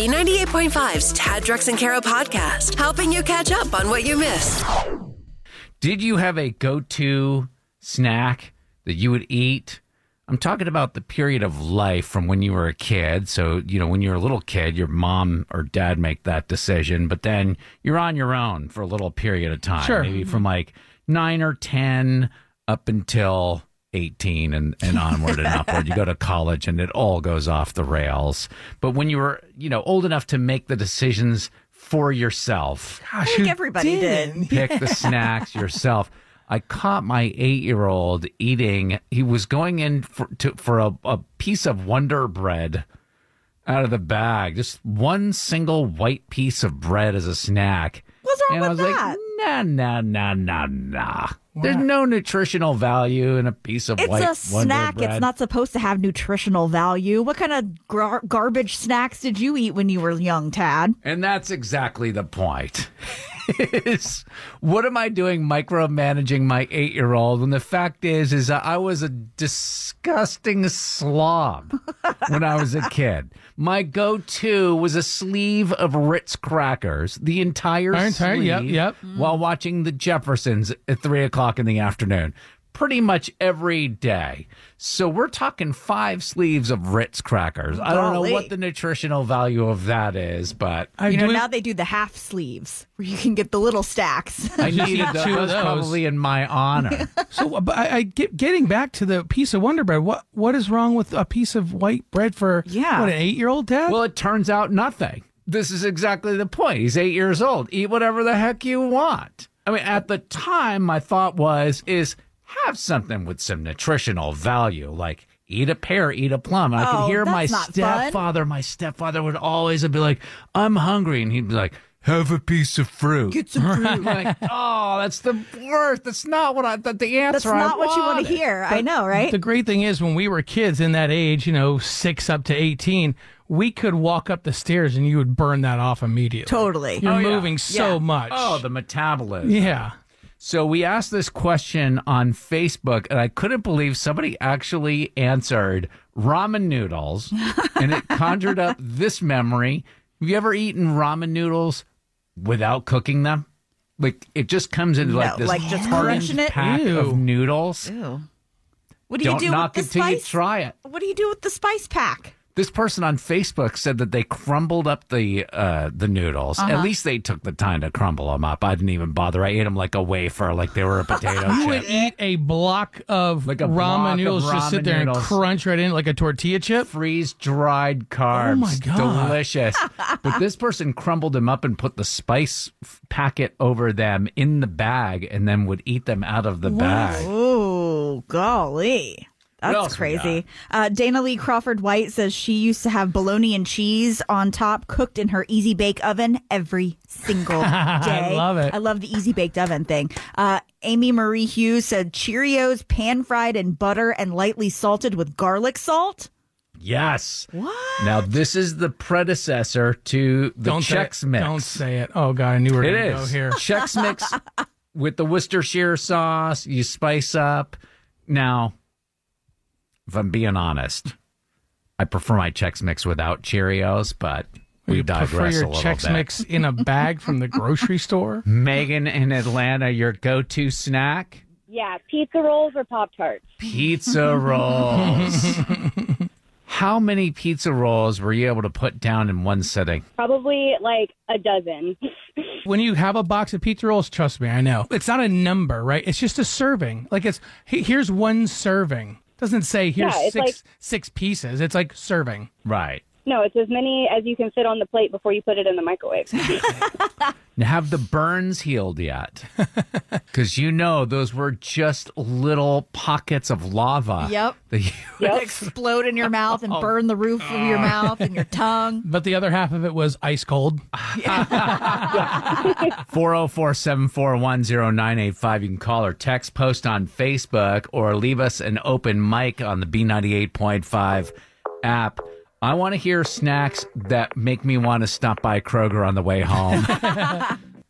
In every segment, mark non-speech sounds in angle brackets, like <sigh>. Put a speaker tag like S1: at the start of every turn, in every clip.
S1: B98.5's Tad Drex and Kara podcast, helping you catch up on what you missed.
S2: Did you have a go to snack that you would eat? I'm talking about the period of life from when you were a kid. So, you know, when you're a little kid, your mom or dad make that decision, but then you're on your own for a little period of time.
S3: Sure.
S2: Maybe from like nine or 10 up until 18 and, and onward and upward. You go to college and it all goes off the rails. But when you were, you know, old enough to make the decisions for yourself,
S3: Gosh,
S4: think everybody
S3: <laughs>
S4: did.
S2: pick the snacks yourself. I caught my eight year old eating. He was going in for, to, for a, a piece of Wonder Bread out of the bag, just one single white piece of bread as a snack.
S4: What's wrong
S2: and I was
S4: with that?
S2: like, nah, nah, nah, nah, nah. There's no nutritional value in a piece of
S4: It's
S2: white
S4: a
S2: Wonder
S4: snack. It's
S2: Bread.
S4: not supposed to have nutritional value. What kind of gar- garbage snacks did you eat when you were young, Tad?
S2: And that's exactly the point. <laughs> is what am I doing micromanaging my eight year old when the fact is is that I was a disgusting slob when I was a kid. My go to was a sleeve of Ritz crackers, the entire
S3: Entire-
S2: sleeve
S3: yep, yep.
S2: while watching the Jeffersons at three o'clock in the afternoon. Pretty much every day. So we're talking five sleeves of Ritz crackers. I don't know
S4: Golly.
S2: what the nutritional value of that is, but
S3: I
S4: You know,
S3: do
S4: now they do the half sleeves where you can get the little stacks. <laughs>
S2: I
S3: Just
S2: needed
S3: eat
S2: those.
S3: two of
S2: Those
S3: those.
S2: probably in my honor.
S3: <laughs> so, but I, I get getting back to the piece of Wonder Bread. What what is wrong with a piece of white bread for
S4: Yeah.
S3: what an eight year old dad?
S2: well, it turns out nothing. This is exactly the point. He's eight years old. Eat whatever the heck you want. I mean, at the time, my thought was is have something with some nutritional value, like eat a pear, eat a plum. I could
S4: Oh,
S2: hear
S4: that's
S2: my
S4: not fun.
S2: stepfather. My stepfather would always be like, "I'm hungry," and he'd be like, "Have a piece of fruit."
S4: Get some fruit.
S2: <laughs> like, oh, that's the worst. That's not what I. The, the answer.
S4: That's
S2: I
S4: not what you want
S2: wanted."
S4: to hear. I know, right?
S3: The great thing is when we were kids in that age, you know, six up to eighteen, we could walk up the stairs and you would burn that off immediately.
S4: Totally.
S3: You're
S2: Oh, yeah.
S3: moving so
S4: Yeah.
S3: much.
S2: Oh, the metabolism.
S3: yeah.
S2: So we asked this question on Facebook, and I couldn't believe somebody actually answered ramen noodles, and
S4: <laughs>
S2: it conjured up this memory. Have you ever eaten ramen noodles without cooking them? Like it just comes in like
S4: No,
S2: this
S4: like just
S2: hardened
S4: crunching it?
S2: pack
S3: Ew.
S2: of noodles.
S4: Ew. What do
S2: Don't
S4: you do
S2: knock
S4: with
S2: it
S4: the
S2: till you
S4: spice?
S2: try it.
S4: what do you do with the spice pack?
S2: This person on Facebook said that they crumbled up the uh, the noodles.
S4: Uh-huh.
S2: At least they took the time to crumble them up. I didn't even bother. I ate them like a wafer, like they were a
S4: <laughs>
S2: potato
S3: You
S2: chip.
S3: would eat a block of
S2: Like a
S3: ramen
S2: block of
S3: noodles,
S2: ramen
S3: just sit there
S2: noodles.
S3: and crunch right in like a tortilla chip.
S2: freeze dried carbs.
S3: Oh, my God. <laughs>
S2: Delicious. but this person crumbled them up and put the spice f- packet over them in the bag and then would eat them out of the bag.
S4: Oh, golly.
S2: else
S4: That's
S2: we
S4: crazy. Uh, Dana Lee Crawford White says she used to have bologna and cheese on top cooked in her easy bake oven every single day. I
S3: love it.
S4: I love the easy baked oven thing. Uh, Amy Marie Hughes said Cheerios pan fried in butter and lightly salted with garlic salt.
S2: Yes.
S4: What?
S2: Now, this is the predecessor to the
S3: Don't say
S2: Chex
S3: it.
S2: Mix.
S3: Don't say it. Oh God, I knew we were
S2: It
S3: gonna
S2: is.
S3: go here.
S2: Chex
S3: <laughs>
S2: Mix with the Worcestershire sauce. You spice up. Now, if I'm being honest, I prefer my Chex Mix without Cheerios, but we
S3: you
S2: digress
S3: prefer your
S2: a little
S3: Chex
S2: bit.
S3: Mix in a bag from the grocery <laughs> store?
S2: Megan in Atlanta, your go to snack?
S5: Yeah, pizza rolls or Pop Tarts.
S2: Pizza rolls. How many pizza rolls were you able to put down in one sitting?
S5: Probably like a dozen. <laughs>
S3: When you have a box of pizza rolls, trust me, I know it's not a number, right? It's just a serving. Like it's "Hey, here's one serving. Doesn't say here's
S5: Yeah, it's
S3: six
S5: like-
S3: six pieces. It's like serving.
S2: Right.
S5: no, it's as many as you can fit on the plate before you put it in the microwave.
S2: Now, have the burns healed yet? Because you know those were just little pockets of lava.
S4: Yep.
S2: that you-
S5: Yep.
S4: Explode in your mouth and burn the roof of your mouth and your tongue.
S3: But the other half of it was ice cold.
S2: 404-741-0985. You can call or text, post on Facebook, or leave us an open mic on the B98.5 app. I want to hear snacks that make me want to stop by Kroger on the way home.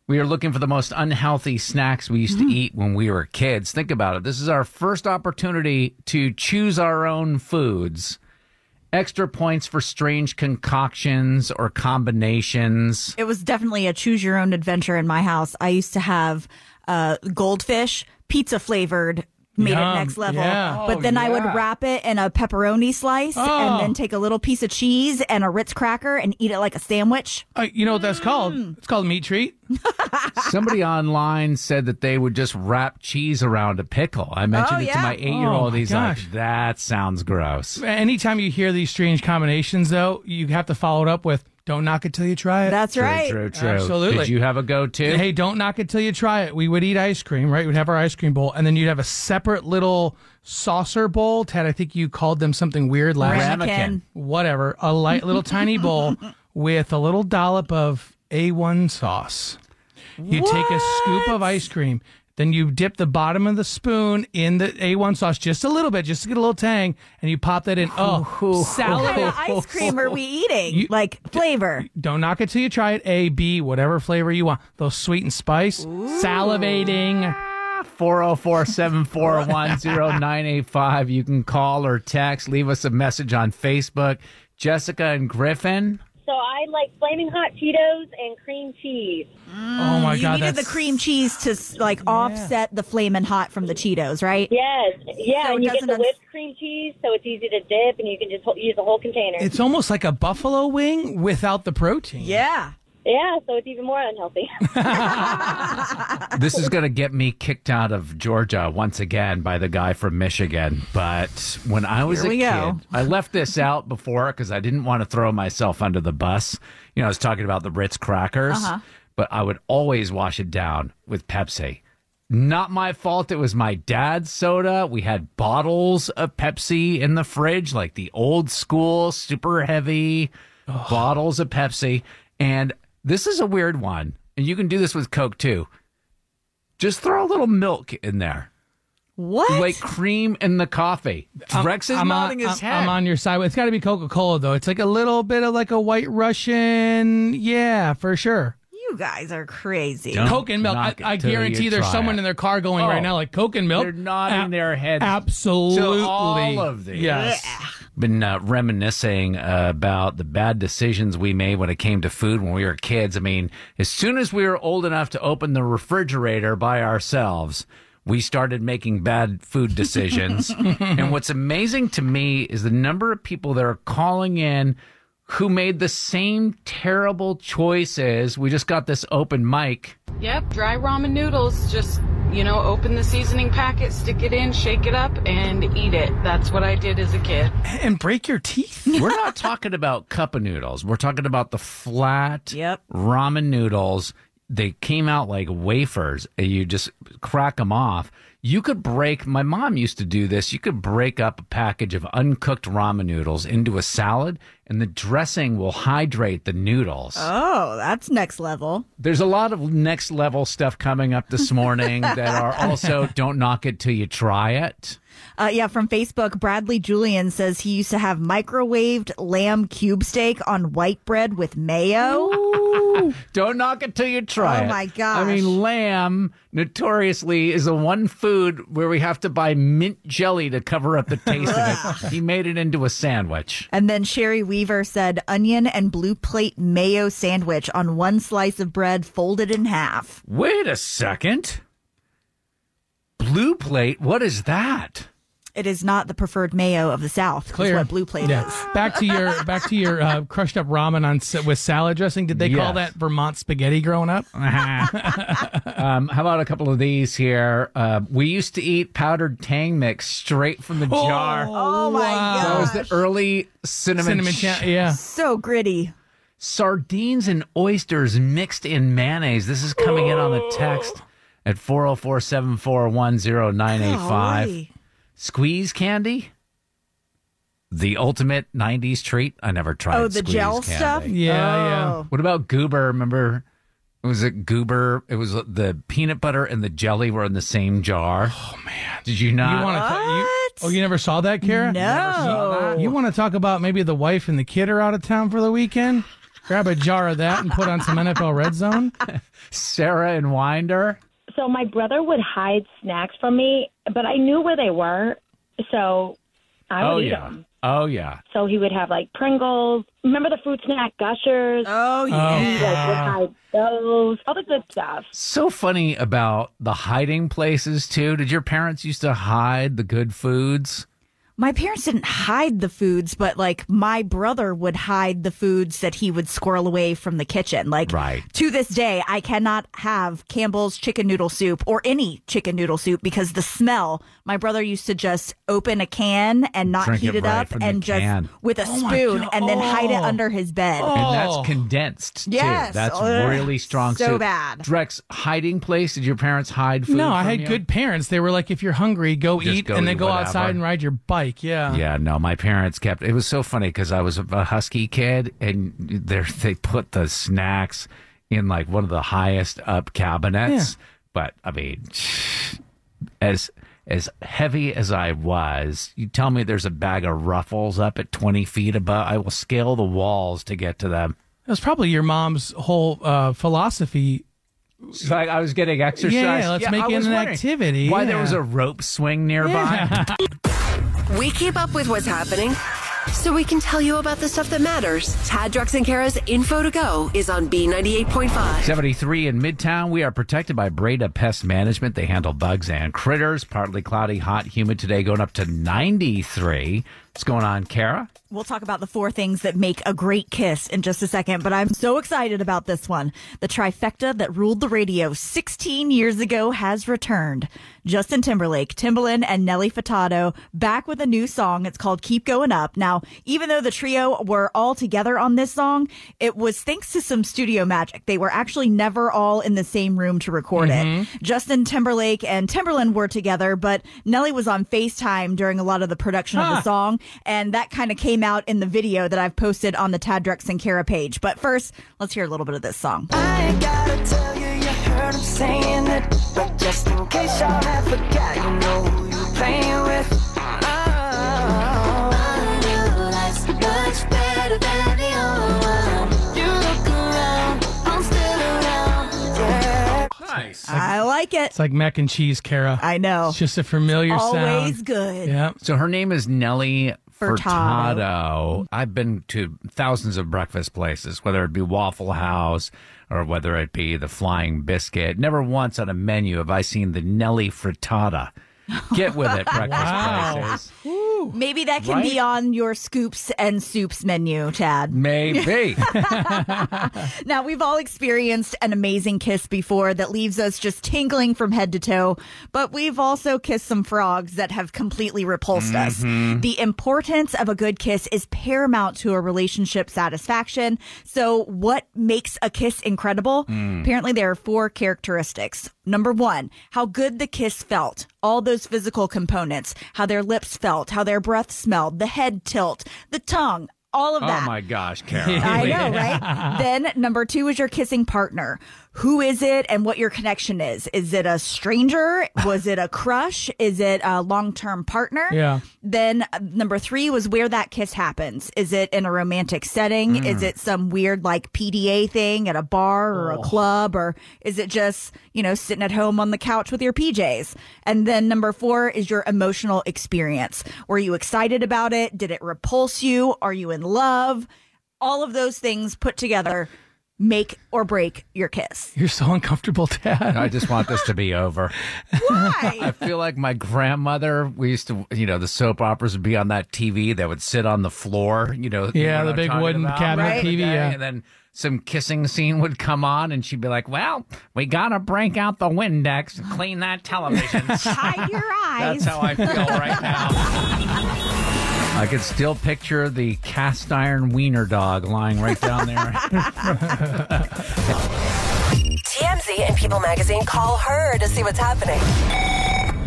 S2: we are looking for the most unhealthy snacks we used to eat when we were kids. Think about it. This is our first opportunity to choose our own foods. extra points for strange concoctions or combinations.
S4: It was definitely a choose your own adventure in my house. I used to have uh, goldfish, pizza flavored, made
S3: Yum.
S4: it next level.
S3: Yeah.
S4: But then I would
S2: yeah.
S4: wrap it in a pepperoni slice
S3: Oh.
S4: and then take a little piece of cheese and a Ritz cracker and eat it like a sandwich.
S3: Uh, you know what that's called?
S5: Mm.
S3: It's called meat treat.
S2: Somebody online said that they would just wrap cheese around a pickle. I mentioned
S4: Oh,
S2: it to
S4: yeah.
S2: my eight year
S3: Oh,
S2: old.
S3: my
S2: He's
S3: gosh.
S2: like, that sounds gross.
S3: Anytime you hear these strange combinations, though, you have to follow it up with "Don't knock it till you try it."
S4: That's right.
S2: True, true.
S3: Absolutely.
S2: Did you have a go to?
S3: Hey, don't knock it till you try it. We would eat ice cream, right? We'd have our ice cream bowl, and then you'd have a separate little saucer bowl. Ted, I think you called them something weird last.
S2: Ramekin.
S3: Whatever, a light
S4: <laughs>
S3: little tiny bowl with a little dollop of A1 sauce. You take a scoop of ice cream, then you dip the bottom of the spoon in the A1 sauce just a little bit, just to get a little tang, and you pop that in. Oh,
S4: What
S3: salad.
S4: kind of ice
S3: <laughs>
S4: cream are we eating? like flavor.
S3: Don't knock it till you try it. A, B, whatever flavor you want. Those sweet and spice. Salivating.
S2: 404 741 0985. You can call or text, leave us a message on Facebook. Jessica and Griffin.
S5: So I like flaming hot Cheetos and cream cheese.
S3: oh my
S4: you
S3: god,
S4: needed the
S3: that's-
S4: cream cheese to s- like offset the flaming hot from the Cheetos, right?
S5: Yes, yeah,
S4: So it
S5: and you get
S4: doesn't
S5: the
S4: un-
S5: whipped cream cheese, so it's easy to dip, and you can just ho- use a whole container.
S3: It's almost like a buffalo wing without the protein.
S4: Yeah.
S5: yeah, so it's even more unhealthy.
S2: This is going to get me kicked out of Georgia once again by the guy from Michigan. But when I was
S4: Here
S2: a
S4: we
S2: kid,
S4: go.
S2: I left this out before because I didn't want to throw myself under the bus. You know, I was talking about the Ritz crackers,
S4: Uh-huh.
S2: but I would always wash it down with Pepsi. Not my fault. It was my dad's soda. We had bottles of Pepsi in the fridge, like the old school, super heavy bottles of Pepsi. And this is a weird one. And you can do this with Coke too. Just throw a little milk in there,
S4: What?
S2: like cream in the coffee. Rex is
S3: I'm
S2: nodding
S3: on,
S2: his
S3: I'm-
S2: head.
S3: I'm on your side. It's got to be Coca Cola though. It's like a little bit of like a White Russian. Yeah, for sure.
S4: you guys are crazy.
S2: Don't
S3: Coke and milk. I,
S2: knock it
S3: I
S2: till you
S3: guarantee there's
S2: try
S3: someone
S2: it.
S3: in their car going
S2: Oh,
S3: right now like Coke and milk.
S2: They're nodding
S3: A-
S2: their heads.
S3: Absolutely.
S2: to all of these.
S3: Yes.
S2: Been uh, reminiscing uh, about the bad decisions we made when it came to food when we were kids. I mean, as soon as we were old enough to open the refrigerator by ourselves, we started making bad food decisions. and what's amazing to me is the number of people that are calling in who made the same terrible choices. We just got this open mic.
S6: Yep, dry ramen noodles. Just, you know, open the seasoning packet, stick it in, shake it up, and eat it. That's what I did as a kid.
S3: And break your teeth.
S2: We're not <laughs> talking about cup of noodles. We're talking about the flat
S4: Yep.
S2: ramen noodles. They came out like wafers. and You just crack them off. You could break, my mom used to do this. You could break up a package of uncooked ramen noodles into a salad, and the dressing will hydrate the noodles.
S4: Oh, that's next level.
S2: There's a lot of next level stuff coming up this
S4: <laughs>
S2: morning that are also don't knock it till you try it.
S4: Uh, yeah, from Facebook, Bradley Julian says he used to have microwaved lamb cube steak on white bread with mayo.
S2: Don't knock it till you try
S4: Oh,
S2: it.
S4: my
S2: I
S4: gosh.
S2: mean, lamb notoriously is the one food where we have to buy mint jelly to cover up the taste
S4: <laughs>
S2: of it. He made it into a sandwich.
S4: <laughs> And then Sherry Weaver said onion and blue plate mayo sandwich on one slice of bread folded in half.
S2: Wait a second. Blue plate, what is that?
S4: It is not the preferred mayo of the South. is
S3: Clear.
S4: what blue plate
S3: Yeah.
S4: is.
S3: Back to
S4: <laughs>
S3: your back to your uh, crushed up ramen on sa- with salad dressing. Did they
S2: Yes.
S3: call that Vermont spaghetti growing up?
S2: Um, how about a couple of these here? Uh, we used to eat powdered tang mix straight from the jar.
S4: Oh my
S2: That
S4: wow.
S2: was the early cinnamon,
S3: Cinnamon
S2: ch-
S3: cha- yeah.
S4: So gritty.
S2: sardines and oysters mixed in mayonnaise. This is coming in on the text at 404 741 0985.
S4: Golly.
S2: Squeeze candy? The ultimate 90s treat? I never tried
S4: Oh, the
S2: squeeze
S4: gel
S2: candy.
S4: stuff?
S3: Yeah,
S4: Oh.
S2: What about goober? Remember, was it goober? It was the peanut butter and the jelly were in the same jar. Oh, man. Did you
S3: yeah.
S2: not?
S3: You want to?
S4: Uh, What?
S3: oh, you never saw that, Kara?
S4: No.
S3: You want to talk about maybe the wife and the kid are out of town for the weekend? Grab a jar of that and put on some NFL Red
S4: <laughs>
S3: Zone.
S2: Sarah and Winder?
S5: so my brother would hide snacks from me, but I knew where they were. So I would
S2: Oh
S5: eat
S2: yeah.
S5: 'em.
S2: Oh yeah.
S5: So he would have like Pringles. Remember the fruit snack gushers?
S4: Oh
S5: He,
S4: yeah.
S5: like, would hide those. All the good stuff.
S2: So funny about the hiding places too. Did your parents used to hide the good foods?
S4: My parents didn't hide the foods, but like my brother would hide the foods that he would squirrel away from the kitchen. Like
S2: Right.
S4: to this day, I cannot have Campbell's chicken noodle soup or any chicken noodle soup because the smell. My brother used to just open a can and not
S2: Drink
S4: heat
S2: it
S4: it,
S2: right
S4: up
S2: from the
S4: and just
S2: can. Oh
S4: with a
S3: my
S4: spoon
S3: God.
S4: and then hide it
S3: Oh.
S4: under his bed.
S2: And
S3: Oh.
S2: that's condensed
S4: Yes.
S2: too. That's
S4: Ugh.
S2: really strong.
S4: So bad.
S2: Drex, hiding place. Did your parents hide food?
S3: No, I
S2: from
S3: had
S2: you?
S3: good parents. They were like, if you're hungry, go
S2: Just
S3: eat
S2: go
S3: and
S2: eat
S3: then go outside
S2: whatever.
S3: and ride your bike. Yeah.
S2: Yeah, no, my parents kept. It was so funny because I was a husky kid, and they <laughs> they put the snacks in like one of the highest up cabinets. But I mean, <sighs> as as heavy as I was, you tell me there's a bag of Ruffles up at twenty feet above. I will scale the walls to get to them.
S3: That was probably your mom's whole uh, philosophy.
S2: So I, I was getting exercise.
S3: Yeah, let's make
S2: I
S3: it
S2: was
S3: an
S2: wondering
S3: activity,
S2: Why there
S3: yeah.
S2: was a rope swing nearby?
S1: We keep up with what's happening so we can tell you about the stuff that matters. Tad, Drex, and Kara's info to go is on B98.5.
S2: 73 in Midtown. We are protected by Breda Pest Management. They handle bugs and critters. Partly cloudy, hot, humid today, going up to 93. What's going on, Kara?
S4: We'll talk about the four things that make a great kiss in just a second, but I'm so excited about this one. The trifecta that ruled the radio 16 years ago has returned. Justin Timberlake, Timbaland, and Nelly Furtado back with a new song. It's called Keep Going Up. Now, even though the trio were all together on this song, it was thanks to some studio magic. They were actually never all in the same room to record
S3: Mm-hmm.
S4: it. Justin Timberlake and Timberland were together, but Nelly was on FaceTime during a lot of the production of the song, and that kind of came out in the video that I've posted on the Tad Drex and Kara page. But first, let's hear a little bit of this song.
S7: I ain't gotta tell you, you heard him saying it. But just in case y'all have forgot, you know who you playing with. uh,
S2: Nice.
S4: I like it.
S3: It's like mac and cheese, Kara.
S4: I know.
S3: It's just a familiar
S4: Always
S3: sound.
S4: good.
S3: Yeah.
S2: So her name is Nellie
S4: Furtado.
S2: Furtado. I've been to thousands of breakfast places, whether it be Waffle House or whether it be the Flying Biscuit. Never once on a menu have I seen the Nellie Frittata. Get with it, breakfast
S3: Wow.
S2: places.
S4: Maybe that can be
S2: Right?
S4: on your scoops and soups menu, Tad.
S2: Maybe.
S4: <laughs> Now, we've all experienced an amazing kiss before that leaves us just tingling from head to toe, but we've also kissed some frogs that have completely repulsed
S2: Mm-hmm.
S4: us. The importance of a good kiss is paramount to a relationship satisfaction. So, what makes a kiss incredible?
S2: Mm.
S4: Apparently, there are four characteristics. Number one, how good the kiss felt. All those physical components, how their lips felt, how their breath smelled, the head tilt, the tongue, all of that.
S2: oh my gosh, Kara.
S4: I know, right? then number two is your kissing partner. Who is it and what your connection is? Is it a stranger? Was it a crush? Is it a long term partner?
S3: Yeah.
S4: Then uh, number three was where that kiss happens. Is it in a romantic setting? Is it some weird like PDA thing at a bar or a club? Or is it just, you know, sitting at home on the couch with your PJs? And then number four is your emotional experience. Were you excited about it? Did it repulse you? Are you in love? All of those things put together make or break your kiss.
S3: You're so uncomfortable,
S2: <laughs>
S3: Dad.
S2: I just want this to be
S3: <laughs>
S2: over. I
S4: Why?
S2: feel like my grandmother, we used to, you know, the soap operas would be on that TV that would sit on the floor, you know. you know
S3: Yeah, the
S2: what I'm
S3: big
S2: talking
S3: wooden cabinet
S2: Right?
S3: TV, yeah.
S2: And then some kissing scene would come on, and she'd be like, well, we got to break out the Windex and clean that
S3: <laughs>
S2: television.
S4: Hide your eyes.
S2: That's how I feel right now. I could still picture the cast iron wiener dog lying right down
S3: <laughs>
S2: there.
S1: TMZ and People Magazine call her to see what's happening.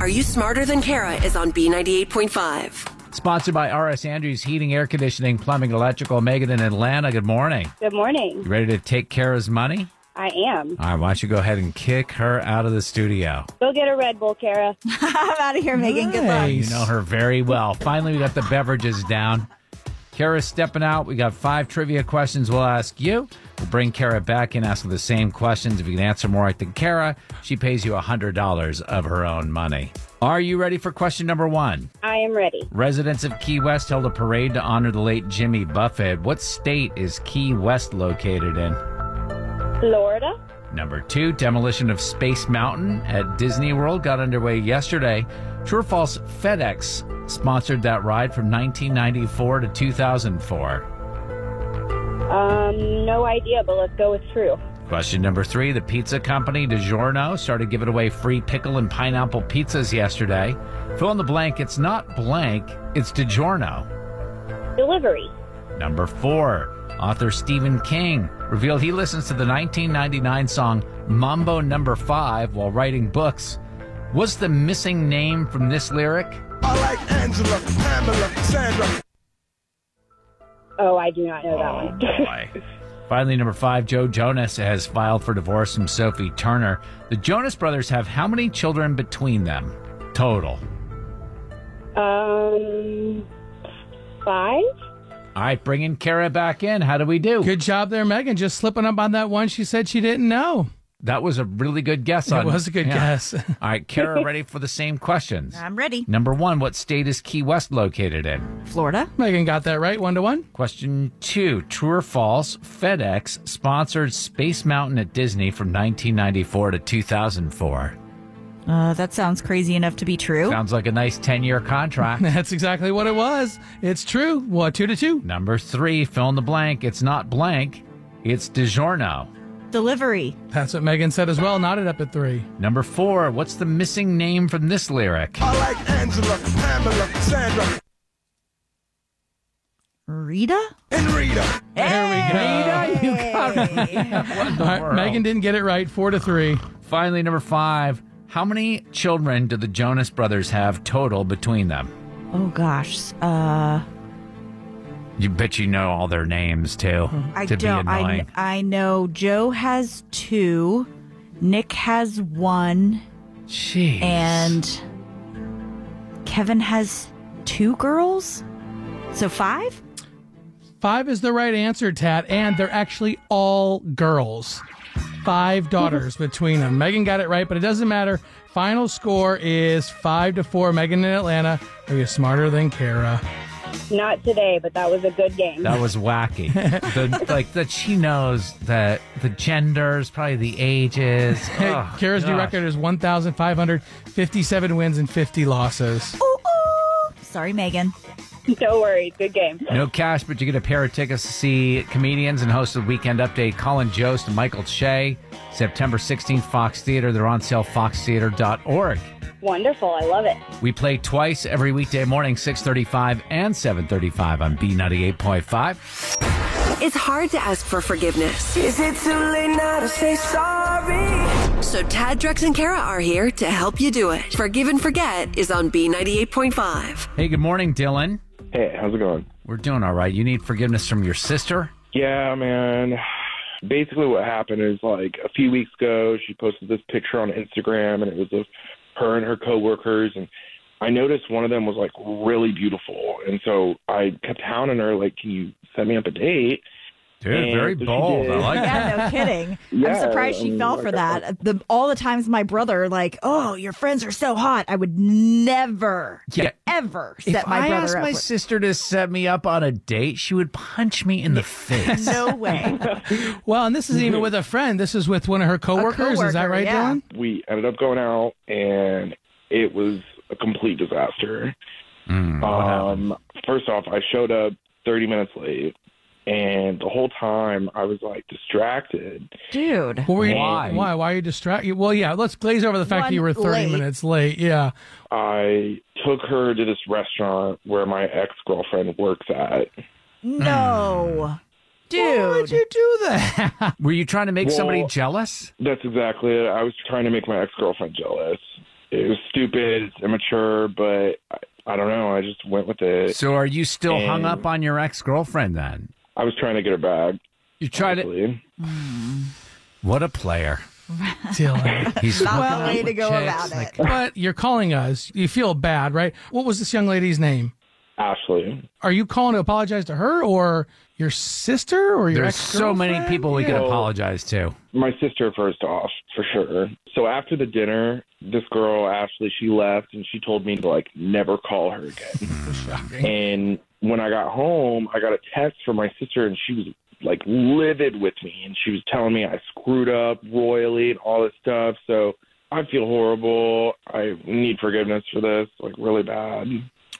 S1: Are You Smarter Than Kara is on B98.5.
S2: Sponsored by RS Andrews Heating, Air Conditioning, Plumbing, Electrical, Megan in Atlanta. Good morning.
S5: Good morning.
S2: You ready to take Kara's money?
S5: I am.
S2: All right, why don't you go ahead and kick her out of the studio?
S5: Go get a Red Bull, Kara.
S4: <laughs> I'm out of here, Megan. Good luck.
S2: You know her very well. Finally, we got the beverages down. Kara's stepping out. We got five trivia questions we'll ask you. We'll bring Kara back and ask her the same questions. If you can answer more right than Kara, she pays you $100 of her own money. Are you ready for question number one?
S5: I am ready.
S2: Residents of Key West held a parade to honor the late Jimmy Buffett. What state is Key West located in?
S5: Florida,
S2: Number two, demolition of Space Mountain at Disney World got underway yesterday. True or false, FedEx sponsored that ride from 1994 to 2004.
S5: um, no idea, but let's go with true.
S2: Question number three, the pizza company DiGiorno started giving away free pickle and pineapple pizzas yesterday. Fill in the blank, it's not blank, it's DiGiorno.
S5: Delivery,
S2: Number four, author Stephen King revealed he listens to the 1999 song Mambo Number Five while writing books. What's the missing name from this lyric?
S8: I like Angela, Pamela, Sandra.
S5: oh, I do not know that one.
S2: Boy. Finally, number five, Joe Jonas has filed for divorce from Sophie Turner. The Jonas brothers have how many children between them? Total.
S5: Um, five?
S2: All right, bringing Kara back in. How do we do?
S3: Good job there, Megan. Just slipping up on that one she said she didn't know.
S2: That was a really good guess.
S3: That
S2: on,
S3: was a good
S2: Yeah.
S3: guess. <laughs>
S2: All right, Kara, ready for the same
S4: <laughs>
S2: questions?
S4: I'm ready.
S2: Number one, what state is Key West located in?
S4: Florida.
S3: Megan got that right, one to one. <laughs>
S2: Question two, true or false, FedEx sponsored Space Mountain at Disney from 1994 to 2004.
S4: Uh, that sounds crazy enough to be true.
S2: Sounds like a nice 10 year contract.
S4: <laughs>
S3: That's exactly what it was. It's true. What two to two?
S2: Number three, fill in the blank. It's not blank, it's DiGiorno.
S4: Delivery.
S3: That's what Megan said as well. Nodded up at three.
S2: Number four, what's the missing name from this lyric?
S4: <laughs>
S8: I like Angela, Pamela, Sandra,
S4: Rita?
S8: and Rita.
S3: There we go. <laughs> All right,
S2: World.
S3: Megan didn't get it right. Four to three.
S2: Finally, number five, how many children do the Jonas brothers have total between them?
S4: Oh gosh. Uh,
S2: You bet you know all their names
S4: <laughs>
S2: too.
S4: I
S2: to
S4: don't.
S2: be
S4: I,
S2: annoying.
S4: I know Joe has two, Nick has one,
S2: Jeez.
S4: and Kevin has two girls. So five?
S3: Five is the right answer, Tat, and they're actually all girls. Five daughters between them. Megan got it right, but it doesn't matter. Final score is five to four. Megan in Atlanta. Are you smarter than Kara?
S5: Not today, but that was a good game. <laughs>
S2: That was wacky. the, like that she knows that the genders, probably the ages. Oh,
S3: Kara's new
S2: gosh.
S3: record is 1,557 wins and 50 losses.
S4: Ooh, ooh. Oh, Sorry, Megan.
S5: no worries, good game.
S2: No cash, but you get a pair of tickets to see comedians and host of Weekend Update, Colin Jost and Michael Che, September 16th, Fox Theater. They're on sale, foxtheater.org.
S5: Wonderful, I love it.
S2: We play twice every weekday morning, 635 and 735 on B98.5.
S1: It's hard to ask for forgiveness.
S7: Is it too late now to say sorry?
S1: So Tad, Drex, and Kara are here to help you do it. Forgive and Forget is on B98.5.
S2: Hey, good morning, Dylan.
S9: Hey, how's it going?
S2: We're doing all right. You need forgiveness from your sister?
S9: Yeah, man. Basically, what happened is like a few weeks ago, she posted this picture on Instagram, and it was of her and her coworkers. And I noticed one of them was like really beautiful, and so I kept hounding her, like, "Can you set me up a date?"
S2: Dude,
S9: Yeah,
S2: very
S9: she
S2: bold. I
S9: did.
S2: like that.
S4: <laughs> Yeah, no kidding. I'm
S9: Yeah,
S4: surprised she
S9: I mean,
S4: fell
S9: like,
S4: for
S9: I-
S4: that. The, all the times my brother, like, oh, your friends are so hot. I would never,
S2: Yeah.
S4: ever
S2: If
S4: set my
S2: I
S4: brother
S2: asked
S4: up.
S2: my
S4: with-
S2: sister to set me up on a date, she would punch me in the face.
S4: <laughs> <laughs> no way.
S3: Well, and this isn't even with a friend. This is with one of her coworkers. is that
S4: Mm-hmm. coworker,
S3: right,
S4: yeah.
S3: Dylan?
S9: We ended up going out, and it was a complete disaster. um, first off, I showed up 30 minutes late, and the whole time I was like distracted.
S4: Dude.
S3: What were you,
S2: Why?
S3: Why? Why are you distracted? Well, yeah. Let's glaze over the fact that you were
S4: One
S3: thirty
S4: late.
S3: minutes late. Yeah.
S9: I took her to this restaurant where my ex girlfriend works at.
S4: No. Dude.
S3: Why would you do that? <laughs>
S2: Were you trying to make somebody
S9: Well-
S2: jealous?
S9: That's exactly it. I was trying to make my ex girlfriend jealous. It was stupid, it's immature, but I, I don't know. I just went with it.
S2: So are you still hung
S9: And-
S2: up on your ex girlfriend then?
S9: I was trying to get her back.
S2: You tried it.
S9: honestly.
S2: What a player.
S3: Dylan.
S2: He's
S4: Well, way to go about it.
S3: But you're calling us. You feel bad, right? What was this young lady's name?
S9: Ashley.
S3: Are you calling to apologize to her or your sister or your
S2: There's so many
S3: ex-girlfriend?
S2: people we
S3: Yeah.
S2: could apologize to.
S9: My sister first off, for sure. So after the dinner, this girl, Ashley, she left and she told me to like never call her again.
S3: Shocking.
S9: and when I got home, I got a text from my sister and she was like livid with me and she was telling me I screwed up royally and all this stuff. So I feel horrible. I need forgiveness for this, like really bad.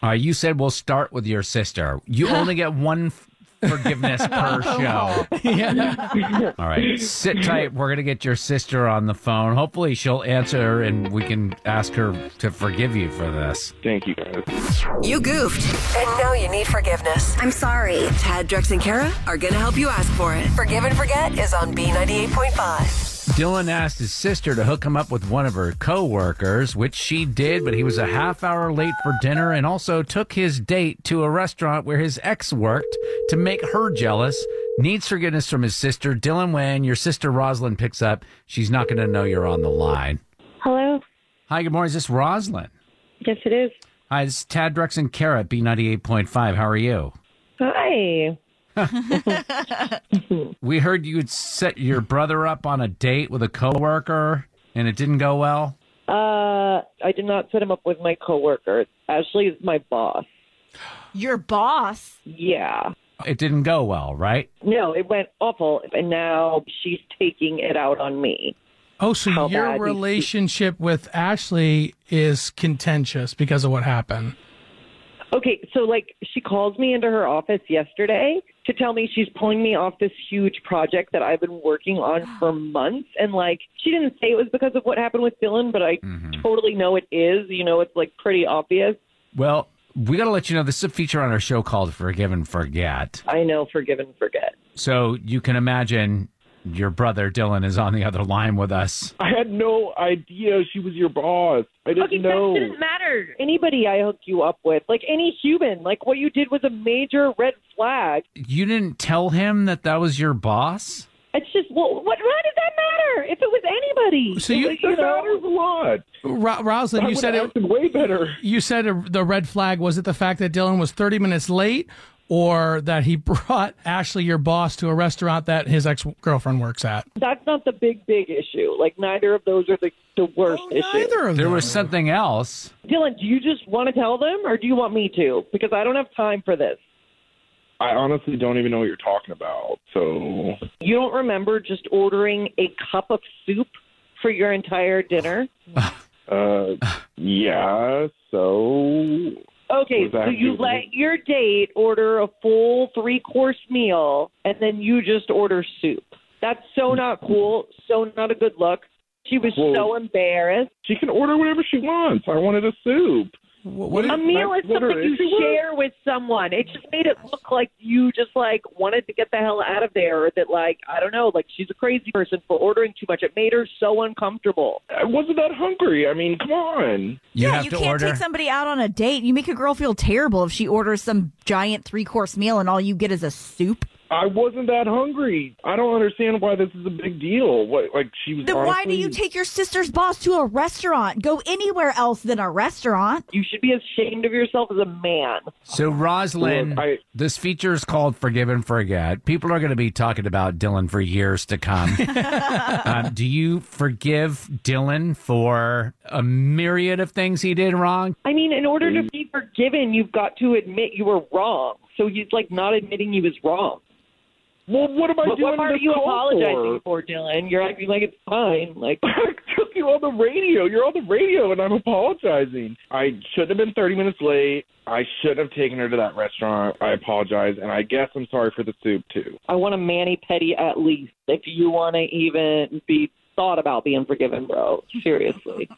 S2: Uh, you said we'll start with your sister.
S4: <laughs>
S2: You only get one f- forgiveness per show.
S3: <laughs>
S4: Oh.
S3: Yeah.
S2: All right, sit tight. We're gonna get your sister on the phone. Hopefully, she'll answer, and we can ask her to forgive you for this.
S9: Thank you guys.
S1: You goofed. And now you need forgiveness. I'm sorry. Tad, Drex, and Kara are going to help you ask for it. Forgive and Forget is on B98.5.
S2: Dylan asked his sister to hook him up with one of her coworkers, which she did, but he was a half hour late for dinner and also took his date to a restaurant where his ex worked to make her jealous. Needs forgiveness from his sister. Dylan, when your sister Rosalind picks up, she's not going to know you're on the line.
S5: Hello.
S2: Hi, good morning. Is this Rosalind?
S5: Yes, it is.
S2: Hi, this is Tad Drex and Kara at B98.5. How are you?
S5: Hi.
S2: We heard you had set your brother up on a date with a coworker and it didn't go well.
S10: Uh, I did not set him up with my coworker. Ashley is my boss.
S4: Your boss.
S10: Yeah.
S2: It didn't go well, right?
S10: No, it went awful, and now she's taking it out on me.
S3: Oh, so
S10: How
S3: your
S10: bad is-
S3: relationship with Ashley is contentious because of what happened.
S10: Okay, so like she calls me into her office yesterday to tell me she's pulling me off this huge project that I've been working
S3: <gasps>
S10: on for months. And like she didn't say it was because of what happened with Dylan, but I
S3: Mm-hmm.
S10: totally know it is. You know, it's like pretty obvious.
S2: Well, we got to let you know this is a feature on our show called Forgive and Forget.
S10: I know, forgive and forget.
S2: So you can imagine your brother Dylan is on the other line with us.
S9: I had no idea she was your boss. I didn't
S10: Okay,
S9: know.
S10: that didn't matter. Anybody I hook you up with, like any human, like what you did was a major red flag.
S2: You didn't tell him that that was your boss?
S10: It's just, well, what? Why does that matter? If it was anybody,
S3: So you,
S9: That matters a lot.
S3: Ro- Rosalind, you said it.
S9: acted way better.
S3: You said uh, the red flag was it the fact that Dylan was 30 minutes late, or that he <laughs> brought Ashley, your boss, to a restaurant that his ex girlfriend works at?
S10: that's not the big, big issue. Like neither of those are the the worst issue.
S3: Oh, Neither of
S2: There
S3: them.
S2: was something else.
S10: Dylan, do you just want to tell them, or do you want me to? Because I don't have time for this.
S9: I honestly don't even know what you're talking about. So
S10: You don't remember just ordering a cup of soup for your entire dinner?
S9: Uh, yeah. So
S10: Okay,
S9: Was that
S10: so you
S9: you?
S10: let your date order a full three course meal and then you just order soup. That's so not cool, so not a good look. She was
S9: Well-
S10: so embarrassed.
S9: she can order whatever she wants. I wanted a soup.
S3: What, what
S10: A
S3: did-
S10: meal is
S9: that's what her
S10: something you
S9: issue was?
S10: share with someone. It just made it look like you just like wanted to get the hell out of there or that like I don't know, like she's a crazy person for ordering too much. It made her so uncomfortable.
S9: I wasn't that hungry. I mean, come on.
S2: You
S4: yeah,
S2: have
S4: you
S2: to
S4: can't
S2: order.
S4: take somebody out on a date. You make a girl feel terrible if she orders some giant three course meal and all you get is a soup.
S9: I wasn't that hungry. I don't understand why this is a big deal. What like she was.
S4: Then why do
S9: honestly-
S4: you take your sister's boss to a restaurant? Go anywhere else than a restaurant.
S10: You should be ashamed of yourself as a man.
S2: So, Rosalind,
S9: Look, I-
S2: this feature is called Forgive and Forget. People are going to be talking about Dylan for years to
S4: <laughs>
S2: come. um, do you forgive Dylan for a myriad of things he did wrong?
S10: I mean, in order to be forgiven, you've got to admit you were wrong. So he's like not admitting he was wrong.
S9: Well, what am I
S10: What,
S9: doing?
S10: what part are
S9: this
S10: you
S9: call
S10: apologizing for, Dylan? You're acting like it's fine. Like,
S9: I <laughs> took you on the radio. You're on the radio, and I'm apologizing. I shouldn't have been 30 minutes late. I shouldn't have taken her to that restaurant. I apologize, and I guess I'm sorry for the soup too.
S10: I want a mani petty at least if you want to even be thought about being forgiven, bro. Seriously.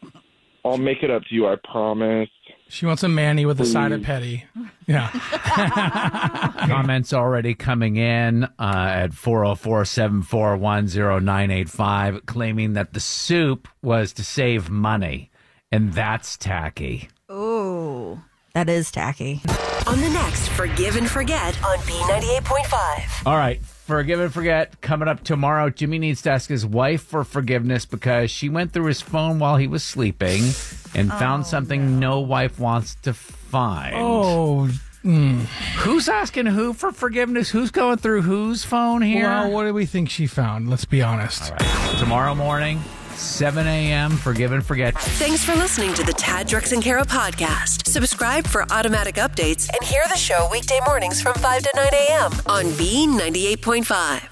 S9: I'll make it up to you. I promise.
S3: she wants a Manny with a side of petty. Yeah.
S10: <laughs>
S2: Comments already coming in uh, at 404 741 0985 claiming that the soup was to save money. And that's tacky.
S4: Ooh, that is tacky.
S1: On the next Forgive and Forget on B98.5.
S2: All right. Forgive and forget. Coming up tomorrow, Jimmy needs to ask his wife for forgiveness because she went through his phone while he was sleeping and found something no, wife wants to find.
S3: Oh, Oh,
S2: Who's asking who for forgiveness? Who's going through whose phone here?
S3: Well, what do we think she found? Let's be honest.
S2: Tomorrow morning, 7 a.m., Forgive and Forget.
S1: Thanks for listening to the Tad Drex and Kara podcast. Subscribe for automatic updates and hear the show weekday mornings from 5 to 9 a.m. on Bean 98.5.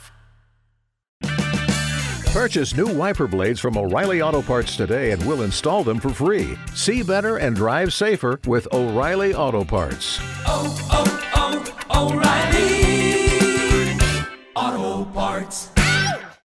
S11: Purchase new wiper blades from O'Reilly Auto Parts today and we'll install them for free. See better and drive safer with O'Reilly Auto Parts.
S7: Oh, oh, oh, O'Reilly.